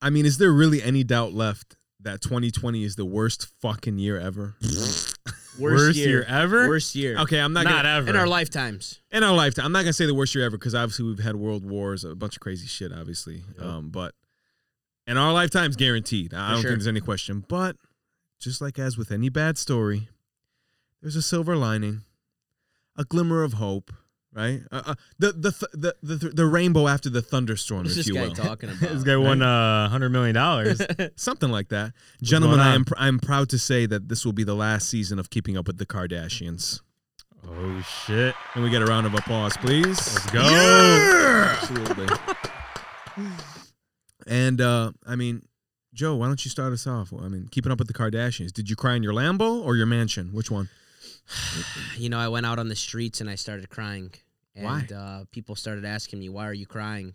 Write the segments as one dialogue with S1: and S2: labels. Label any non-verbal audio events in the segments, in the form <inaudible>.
S1: I mean, is there really any doubt left that 2020 is the worst fucking year ever? ever.
S2: Worst year.
S1: Okay, I'm not,
S3: Not
S1: gonna,
S3: ever.
S2: In our lifetimes.
S1: in our lifetime. I'm not gonna say the worst year ever because obviously we've had world wars, a bunch of crazy shit, obviously. Um, but in our lifetimes, guaranteed. I
S2: For
S1: don't
S2: sure.
S1: think there's any question. But just like as with any bad story, there's a silver lining, a glimmer of hope, right? Uh, uh, the, the th- the the th- the rainbow after the thunderstorm,
S2: What's
S1: if
S2: this
S1: you
S2: guy
S1: will, <laughs>
S2: talking about?
S3: This guy won uh, hundred million <laughs> dollars.
S1: something like that. Gentlemen,
S3: going
S1: I
S3: on?
S1: am pr- I am proud to say that this will be the last season of Keeping Up with the Kardashians.
S3: oh shit!
S1: Can we get a round of applause, please?
S3: Let's go.
S1: Absolutely. <laughs> and uh, I mean, Joe, why don't you start us off? I mean, keeping up with the Kardashians. Did you cry in your Lambo or your mansion? Which one?
S2: you know, I went out on the streets and I started crying. And
S1: Why?
S2: Uh, people started asking me, why are you crying?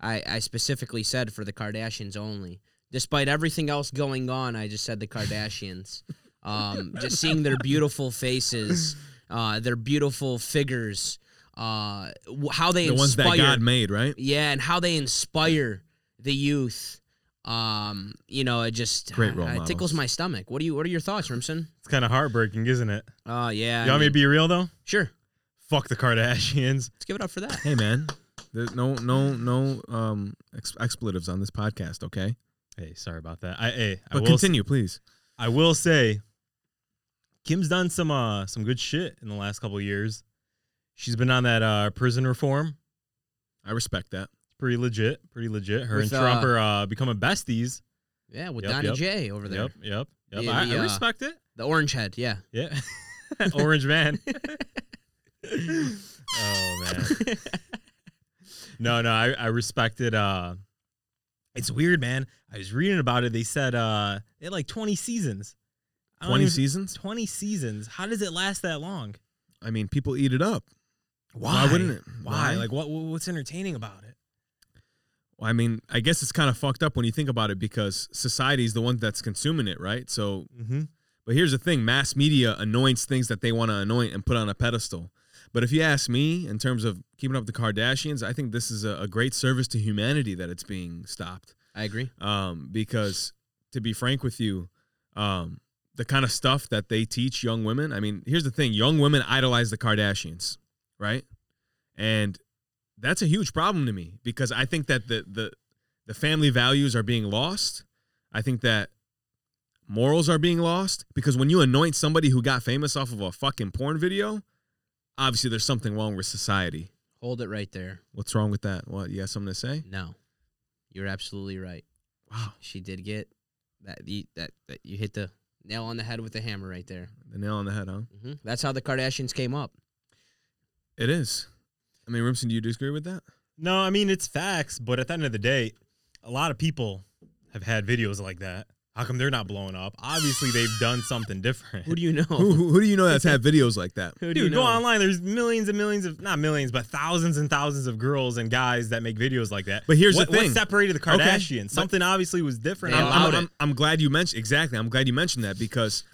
S2: I, I specifically said for the Kardashians only. Despite everything else going on, I just said
S1: <laughs>
S2: the Kardashians. um, just seeing their beautiful faces, uh, their beautiful figures, uh, w- how they
S1: The ones that
S2: inspire.
S1: God made, right?
S2: yeah, and how they inspire the youth. Um, you know, it just
S1: Great role
S2: I- it tickles
S1: models.
S2: my stomach. What do you? What are your thoughts, Rimson?
S3: It's kind of heartbreaking, isn't it?
S2: Oh yeah.
S3: You
S2: I
S3: want me to
S2: mean,
S3: be real though?
S2: sure.
S3: Fuck the Kardashians. <laughs>
S2: Let's give it up for that.
S1: Hey, man. There's no no no um ex- expletives on this podcast, okay?
S3: Hey, sorry about that. I hey, I
S1: But
S3: will, s-
S1: continue, please.
S3: I will say, Kim's done some uh some good shit in the last couple of years. She's been on that uh prison reform.
S1: I respect that.
S3: It's pretty legit. Pretty legit. Her
S2: With,
S3: and Trump
S2: uh,
S3: are uh, becoming besties.
S2: Yeah, with
S3: Yep,
S2: Donnie
S3: yep.
S2: J over there.
S3: Yep, yep, yep.
S2: The-
S3: I,
S2: the,
S3: I
S2: uh,
S3: respect it.
S2: The orange head, yeah. <laughs>
S3: Yeah. <laughs> Orange man. <laughs> oh man. No, no, I, I respected uh it's weird, man. I was reading about it. They said uh they had like twenty seasons. I don't
S1: 20
S3: even-
S1: seasons?
S3: Twenty seasons. How does it last that long?
S1: I mean, people eat it up.
S3: Why,
S1: wouldn't it?
S3: Why?
S1: Why?
S3: Like what what- what's entertaining about it?
S1: I mean, I guess it's kind of fucked up when you think about it because society's the one that's consuming it, right? So
S3: Mm-hmm.
S1: But here's the thing mass media anoints things that they want to anoint and put on a pedestal. But if you ask me, in terms of keeping up with the Kardashians, I think this is a, a great service to humanity that it's being stopped.
S2: I agree.
S1: Um, because to be frank with you, um, the kind of stuff that they teach young women, I mean, here's the thing young women idolize the Kardashians, right? And that's a huge problem to me because I think that the, the, the family values are being lost. I think that morals are being lost because when you anoint somebody who got famous off of a fucking porn video, obviously there's something wrong with society.
S2: Hold it right there.
S1: What's wrong with that? What you got something to say?
S2: No. You're absolutely right.
S1: Wow,
S2: She did get that you, that, that you hit the nail on the head with the hammer right there.
S1: the nail on the head, huh?
S2: hmm That's how the Kardashians came up.
S1: It is. I mean, Rimson, do you disagree with that?
S3: No, I mean it's facts, but at the end of the day, a lot of people have had videos like that. How come they're not blowing up? Obviously, they've done something different.
S2: Who do you know?
S1: Who, who, who do you know that's had videos like that?
S2: Who do you
S3: Dude, go
S2: know?
S3: online. There's millions and millions of not millions, but thousands and thousands of girls and guys that make videos like that.
S1: But here's the
S3: what,
S1: thing.
S3: what separated the
S1: Okay,
S3: Kardashians?
S1: but-
S3: Something obviously was different.
S2: They
S1: I'm,
S3: about
S1: I'm,
S2: allowed
S3: it.
S1: I'm- I'm glad you mentioned exactly. I'm glad you mentioned that because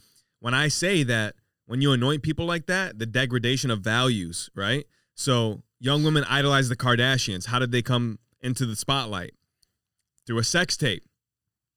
S1: when I say that when you anoint people like that, the degradation of values, right? So young women idolize the Kardashians. How did they come into the spotlight? Through a sex tape,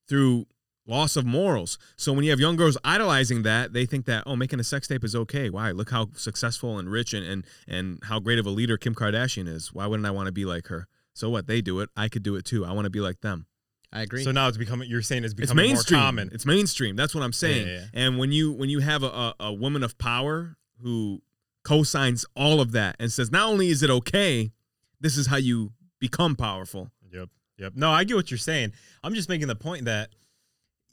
S1: through loss of morals. So when you have young girls idolizing that, they think that oh, making a sex tape is okay. Why? Look how successful and rich and and and how great of a leader Kim Kardashian is. Why wouldn't I want to be like her? So what? They do it. I could do it too. I want to be like them
S2: I agree.
S3: So now it's becoming. You're saying it's
S1: it's
S3: becoming
S1: mainstream.
S3: more common.
S1: It's mainstream. That's what I'm saying.
S3: Yeah, yeah, yeah.
S1: And when you when you have a, a, a woman of power who co-signs all of that and says, not only is it okay, this is how you become powerful.
S3: Yep. Yep. No, I get what you're saying. I'm just making the point that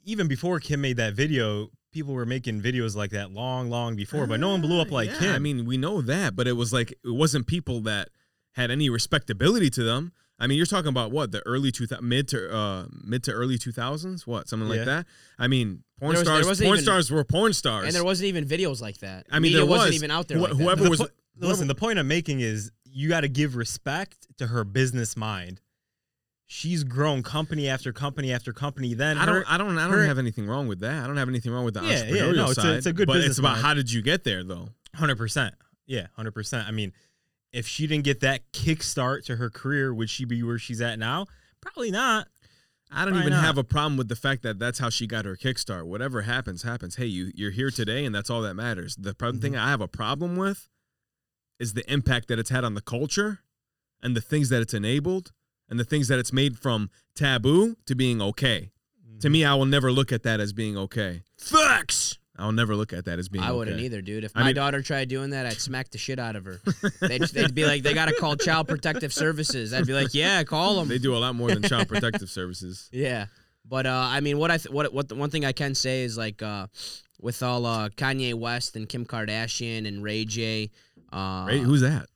S3: even before Kim made that video, people were making videos like that long, long before, but no one blew up like
S1: Ah, Yeah,
S3: Kim.
S1: I mean, we know that, but it was like it wasn't people that had any respectability to them. I mean, you're talking about what the early two mid to uh, mid to early 2000s, what something like
S3: Yeah.
S1: that. I mean, porn
S2: There was- there
S1: stars,
S2: wasn't
S1: porn
S2: even-
S1: stars were porn stars.
S2: and there wasn't even videos like that.
S1: I mean,
S2: Media
S1: there was.
S2: not even out there.
S1: Wh-
S2: like that.
S1: whoever
S3: The
S1: was-
S3: po- listen, the point I'm making is you got to give respect to her business mind. She's grown company after company after company. Then
S1: I
S3: her-
S1: don't, I don't, I don't
S3: her-
S1: have anything wrong with that. I don't have anything wrong with the
S3: Yeah,
S1: entrepreneurial
S3: yeah, no, it's a-
S1: side.
S3: it's a good
S1: but it's
S3: business
S1: about
S3: mind.
S1: how did you get there, though.
S3: Hundred percent. Yeah, hundred percent. I mean, if she didn't get that kickstart to her career, would she be where she's at now? Probably not.
S1: I don't
S3: Why
S1: even
S3: not?
S1: have a problem with the fact that that's how she got her kickstart. Whatever happens, happens. Hey, you you're here today, and that's all that matters. The problem thing
S3: Mm-hmm.
S1: I have a problem with is the impact that it's had on the culture, and the things that it's enabled, and the things that it's made from taboo to being okay. To
S3: Mm-hmm.
S1: me, I will never look at that as being okay.
S2: Facts.
S1: I'll never look at that as being.
S2: I wouldn't
S1: okay.
S2: either, dude. If
S1: I
S2: my
S1: mean-
S2: daughter tried doing that, I'd smack the shit out of her. They'd, they'd be like, they gotta call Child Protective Services. I'd be like, yeah, call them.
S1: They do a lot more
S3: <laughs>
S1: than child protective services.
S2: Yeah, but uh, I mean, what I th- what what the one thing I can say is like uh, with all uh, Kanye West and Kim Kardashian and Ray J, uh,
S1: Ray, who's that?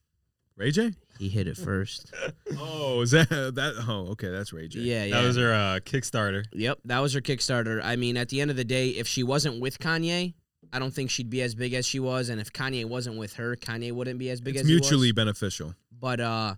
S1: Ray J?
S2: he hit it first.
S1: Oh, is that <laughs> that? Oh, okay, that's Ray J.
S2: yeah, yeah.
S3: That was her uh, Kickstarter.
S2: yep, that was her Kickstarter. I mean, at the end of the day, if she wasn't with Kanye, I don't think she'd be as big as she was, and if Kanye wasn't with her, Kanye wouldn't be as big
S1: it's
S2: as he was.
S1: mutually beneficial.
S2: But uh,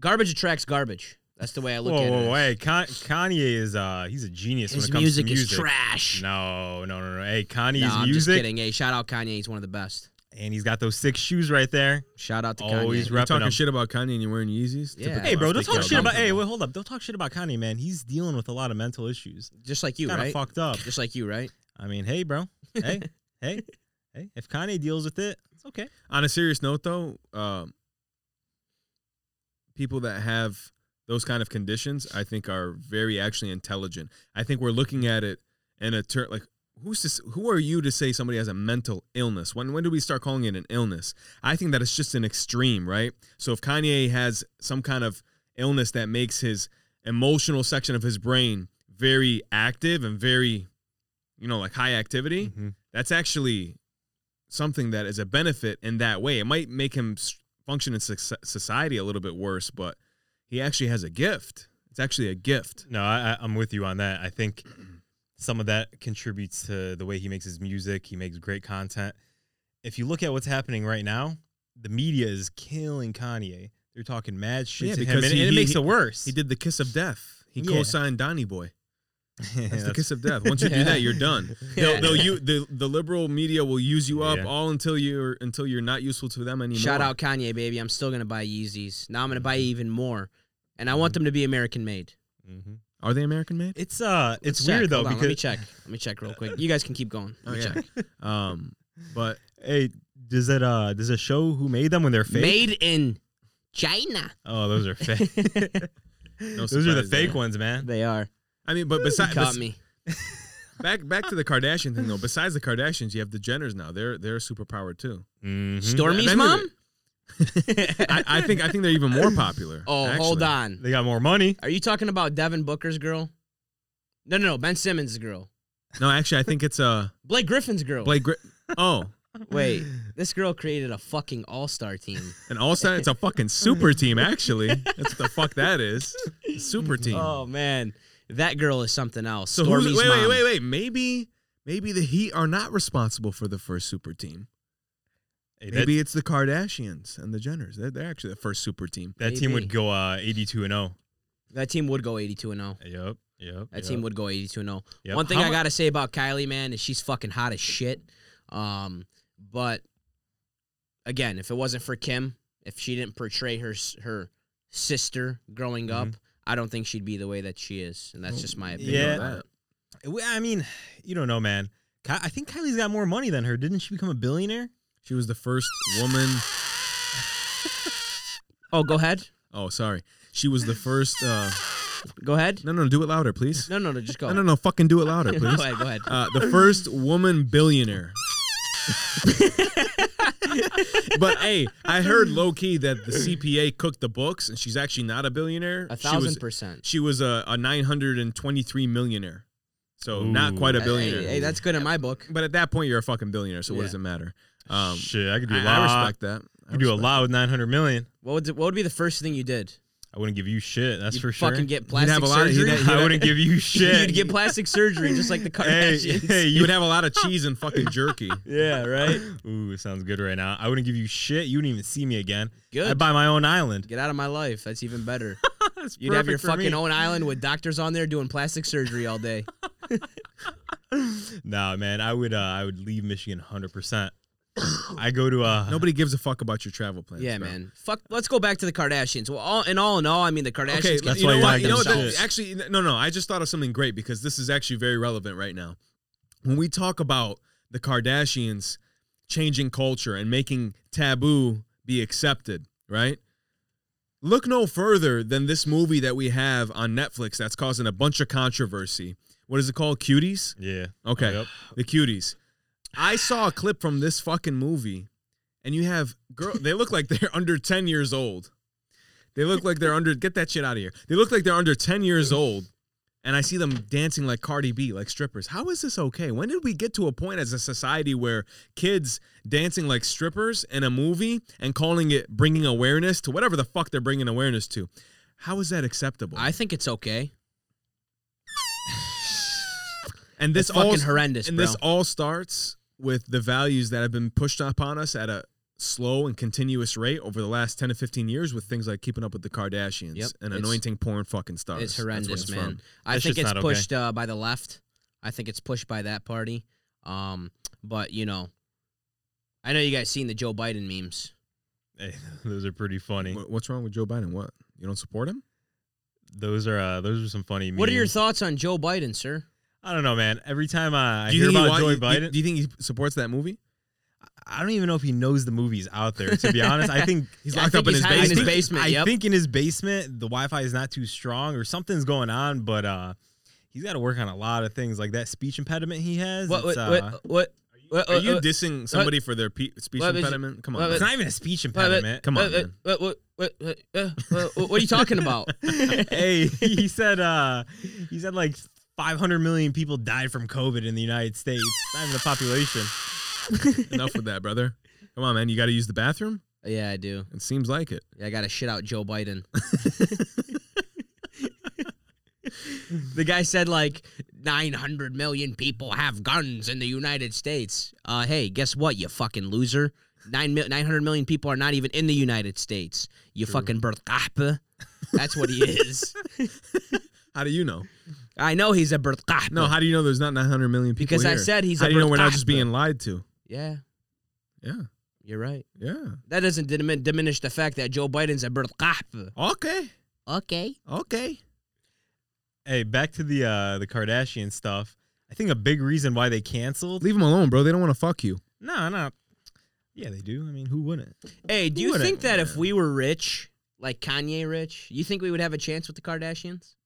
S2: garbage attracts garbage. That's the way I look
S3: whoa,
S2: at
S3: whoa,
S2: it.
S3: hey, Con- Kanye is uh, he's a genius when
S2: His
S3: it comes
S2: music,
S3: to music.
S2: is trash.
S3: No, no, no, no. Hey, Kanye's
S2: Nah, I'm just
S3: music,
S2: kidding. Hey, shout out Kanye. He's one of the best.
S3: and he's got those six shoes right there.
S2: Shout out to
S3: Always
S2: Kanye.
S1: You're
S3: repping
S1: talking
S3: him.
S1: shit about Kanye and you're wearing Yeezys.
S2: Yeah.
S1: Typical
S2: Hey,
S3: Hey, bro,
S1: F-
S3: don't
S1: dickhead.
S3: talk shit about. Hey,
S2: comfortable.
S3: wait, hold up. Don't talk shit about Kanye, man. He's dealing with a lot of mental issues.
S2: Just like you,
S3: Kind of
S2: right?
S3: fucked up.
S2: Just like you, right?
S3: I mean, hey, bro. Hey, hey, hey. If Kanye deals with it, it's okay.
S1: On a serious note, though, um, people that have those kind of conditions, I think, are very actually intelligent. I think we're looking at it in a turn like. Who's to, s- who are you to say somebody has a mental illness? When when do we start calling it an illness? I think that it's just an extreme, right? So if Kanye has some kind of illness that makes his emotional section of his brain very active and very, you know, like high activity,
S3: Mm-hmm.
S1: that's actually something that is a benefit in that way. It might make him s- function in soc- society a little bit worse, but he actually has a gift. It's actually a gift.
S3: No, I, I- I'm with you on that. I think some of that contributes to the way he makes his music. He makes great content. If you look at what's happening right now, the media is killing Kanye. They're talking mad shit
S1: Yeah,
S3: to him,
S1: because
S3: and,
S1: he-
S3: and it
S1: he-
S3: makes it worse.
S1: He did the kiss of death. He
S3: Yeah.
S1: co-signed Donny Boy.
S2: <laughs>
S1: That's the
S3: <laughs> <laughs> That's-
S1: kiss of death. Once you do that, you're
S3: <laughs>
S1: done. They'll, they'll you the, the liberal media will use you up
S3: Yeah.
S1: all until you're until you're not useful to them anymore.
S2: Shout out Kanye, baby. I'm still gonna buy Yeezys. Now I'm gonna
S3: Mm-hmm.
S2: buy even more, and I want them to be American made.
S3: Mhm.
S1: Are they American
S2: <laughs>
S1: made?
S3: It's uh, it's
S2: Let's
S3: weird
S2: check.
S3: though
S2: Hold on,
S3: because
S2: let me check. Let me check real quick. You guys can keep going. Let
S1: Oh
S2: me
S1: yeah.
S2: check.
S1: Um, but
S3: hey, does it uh, does it show who made them when they're fake?
S2: Made in
S3: <laughs>
S2: China.
S3: Oh, those are fake.
S2: <laughs>
S3: those are the
S1: surprise there.
S3: fake ones, man.
S2: They are.
S1: I mean, but
S2: <laughs> You
S1: besides
S2: caught me.
S1: back back to the Kardashian thing though. Besides the Kardashians, you have the Jenners now. They're they're superpowered too.
S3: Mhm.
S2: Stormy's
S1: That- that
S2: mom.
S1: movie-
S3: <laughs>
S1: I, I think I think they're even more popular.
S2: <laughs> Oh, hold
S1: actually.
S2: on.
S3: They got more money.
S2: Are you talking about Devin Booker's girl? No, no, no. Ben Simmons' girl.
S1: No, actually, I think it's uh
S2: Blake Griffin's girl.
S1: Blake. Gri- oh,
S2: Wait, this girl created a fucking
S1: <laughs>
S2: all-star team.
S1: and all of a sudden it's a fucking super team. Actually, that's what the fuck that is. A
S2: <laughs>
S1: Super team.
S2: Oh man, that girl is something else.
S1: so who's,
S2: Stormy's
S1: wait, wait,
S2: mom.
S1: wait, wait. Maybe maybe the Heat are not responsible for the first super team.
S3: Hey, that,
S1: Maybe it's the Kardashians and the Jenners. They're, they're actually the first super team.
S3: that team
S2: Maybe.
S3: would go uh, 82 and 0.
S2: That team would go 82 and 0.
S3: Yep. Yep.
S2: That team
S3: yep,
S2: would go 82 and 0.
S3: yep.
S2: One thing
S1: How
S2: I
S1: mu-
S2: got to say about Kylie, man, is she's fucking hot as shit. Um, but again, if it wasn't for Kim, if she didn't portray her s- her sister growing
S1: Mm-hmm.
S2: up, I don't think she'd be the way that she is, and that's just my opinion.
S3: yeah.
S2: about it.
S3: We- I mean, you don't know, man. Ki- I think Kylie's got more money than her. Didn't she become a billionaire?
S1: She was the first woman.
S2: Oh, go ahead.
S1: Oh, sorry. She was the first. Uh,
S2: Go ahead.
S1: no, no, do it louder,
S2: <laughs>
S1: please.
S2: No, no, no, just go.
S1: No, no, no. Fucking do it
S2: <laughs>
S1: louder,
S2: go
S1: please.
S2: ahead, go ahead.
S1: Uh, the first woman billionaire. but hey, I heard low key that the CPA cooked the books, and she's actually not a billionaire.
S2: A
S1: she
S2: thousand
S1: was
S2: percent.
S1: she was a, a nine hundred and twenty three millionaire, so not
S3: Ooh.
S1: quite a
S2: Hey,
S1: billionaire.
S2: Hey, that's good in my book.
S1: but at that point, you're a fucking billionaire. So what
S2: Yeah.
S1: does it matter? Um,
S3: Shit, I could do a
S1: I,
S3: lot.
S1: I respect that. I
S3: I could do a
S1: respect-
S3: lot with 900 million.
S2: What would what would be the first thing you did?
S3: I wouldn't give you shit. That's
S2: You'd
S3: for sure.
S2: Fucking get
S1: have
S2: plastic
S1: a lot of- he'd
S2: surgery.
S1: have-
S3: I wouldn't give you shit.
S2: <laughs> You'd get plastic surgery just like the
S3: <laughs> Hey,
S2: Kardashians.
S3: hey,
S1: You
S3: you
S1: would have a lot
S3: <laughs>
S1: of cheese and fucking jerky.
S3: Yeah, right. Ooh, sounds good right now. I wouldn't give you shit. You wouldn't even see me again.
S2: Good.
S3: I'd buy my own island.
S2: Get out of my life. That's even better.
S3: That's
S2: You'd have your
S3: perfect for me.
S2: fucking own island with doctors on there doing plastic surgery all day.
S3: Nah, man, I would. Uh, I would leave Michigan 100. percent <coughs> I go to uh
S1: Nobody gives a fuck about your travel plans.
S2: yeah,
S1: bro.
S2: man. Fuck. Let's go back to the Kardashians. Well, all in all, in all, I mean the Kardashians.
S1: Okay,
S2: can
S3: That's
S1: you
S3: why
S1: know
S3: you
S1: what?
S3: like
S1: You know what?
S2: themselves.
S1: That, actually, no, no. I just thought of something great because this is actually very relevant right now. When we talk about the Kardashians changing culture and making taboo be accepted, right? Look no further than this movie that we have on Netflix that's causing a bunch of controversy. What is it called? Cuties?
S3: Yeah.
S1: Okay.
S3: Yep.
S1: The Cuties. I saw a clip from this fucking movie, and you have girl. They look like they're <laughs> under ten years old. They look like they're under. Get that shit out of here. They look like they're under ten years old, and I see them dancing like Cardi B, like strippers. How is this okay? When did we get to a point as a society where kids dancing like strippers in a movie and calling it bringing awareness to whatever the fuck they're bringing awareness to? How is that acceptable?
S2: I think it's okay.
S1: and this
S2: It's fucking
S1: all
S2: horrendous,
S1: and
S2: bro.
S1: this all starts with the values that have been pushed upon us at a slow and continuous rate over the last 10 to 15 years with things like keeping up with the kardashians
S2: Yep.
S1: and
S2: It's-
S1: anointing porn fucking stars
S2: It's
S1: That's where
S2: horrendous,
S1: it's
S2: man.
S1: from.
S2: I
S3: That's
S2: think
S3: just
S2: it's
S3: not okay.
S2: pushed uh, by the left. I think it's pushed by that party. Um, but you know, I know you guys seen the Joe Biden memes.
S3: Hey, <laughs> those are pretty funny.
S1: Wha- what's wrong with joe biden what you don't support him
S3: Those are uh those are some funny memes.
S2: What are your thoughts on Joe Biden, sir?
S3: I don't know, man. Every time uh, I
S1: do you
S3: hear
S1: think he
S3: about
S1: wa-
S3: Joe
S1: do you-
S3: Biden,
S1: do you think he supports that movie
S3: I don't even know if he knows the movies out there. To be honest, I think
S1: he's
S2: I
S1: locked
S2: think
S1: up in
S2: <laughs>
S1: his
S2: he's hiding in
S1: basement
S2: his basement.
S3: I
S2: yep.
S3: think in his basement the Wi-Fi is not too strong or something's going on, but uh, he's got to work on a lot of things like that speech impediment he has.
S2: what, what,
S3: it's,
S2: what,
S3: uh,
S2: what, what, what,
S1: are you
S2: Uh, what-
S1: dissing somebody for their pe- speech
S2: what-
S1: impediment come on
S2: what-
S1: man.
S3: it's not even a speech impediment.
S1: come on,
S2: what-
S1: man.
S2: what- what- what- what- uh, what- what- what are you talking about?
S3: <laughs>
S2: <laughs>
S3: hey, he said uh, he said like 500 million people died from COVID in the United States. Not even the population.
S1: enough with that brother come on man you got to use the bathroom
S2: yeah, I do.
S1: it seems like it
S2: I got to shit out Joe Biden. <laughs> the guy said like 900 million people have guns in the United States. Uh, hey, guess what, you fucking loser? Nine mil- 900 million people are not even in the United States. You fucking Bertkappe. That's what he is.
S1: how do you know
S2: I know he's a Bertkappe.
S1: no how do you know there's not 900 million people
S2: because I
S1: here?
S2: said he's
S1: how
S2: a
S1: do you know we're not
S2: Bertkappe.
S1: just being lied to
S2: Yeah,
S1: yeah
S2: you're right.
S1: yeah
S2: That doesn't dimin- diminish the fact that Joe Biden's a Bertkappe.
S1: Okay.
S2: Okay.
S1: Okay.
S3: Hey, back to the uh, the Kardashian stuff. I think a big reason why they canceled.
S1: Leave them alone, bro. They don't want to fuck you.
S3: No, no. Yeah, they do. I mean, who wouldn't?
S2: Hey, do you
S1: Wouldn't,
S2: think that if
S1: man.
S2: we were rich, like Kanye rich, you think we would have a chance with the Kardashians?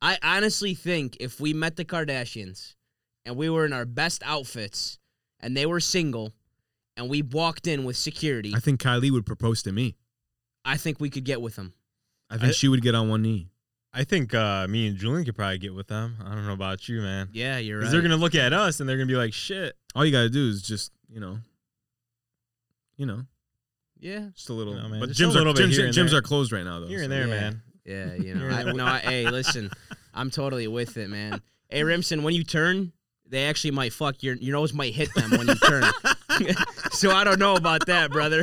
S2: I honestly think if we met the Kardashians and we were in our best outfits and they were single and we walked in with security, I,
S1: I think Kylie would propose to me.
S2: think we could get with them.
S1: I think
S3: I-
S1: she would get on one knee.
S3: I think uh, me and Julian could probably get with them. I don't know about you, man.
S2: Yeah, you're
S3: Because they're gonna look at us and they're gonna be like, "Shit."
S1: All you gotta do is just, you know, you know,
S3: <laughs>
S2: yeah,
S1: just a little.
S3: You know, man,
S1: but
S3: just a
S1: gyms
S3: little
S1: are
S3: bit
S1: gyms,
S3: here and
S1: gyms
S3: there.
S1: are closed right now though.
S3: Here and
S1: so-
S3: there,
S2: Yeah.
S3: man.
S2: yeah. You know,
S3: You're
S2: I,
S3: the-
S2: no. I, hey, listen, I'm totally with it, man. Hey, Rimson, when you turn, they actually might fuck your your nose <laughs> might hit them when you turn. so I don't know about that, brother.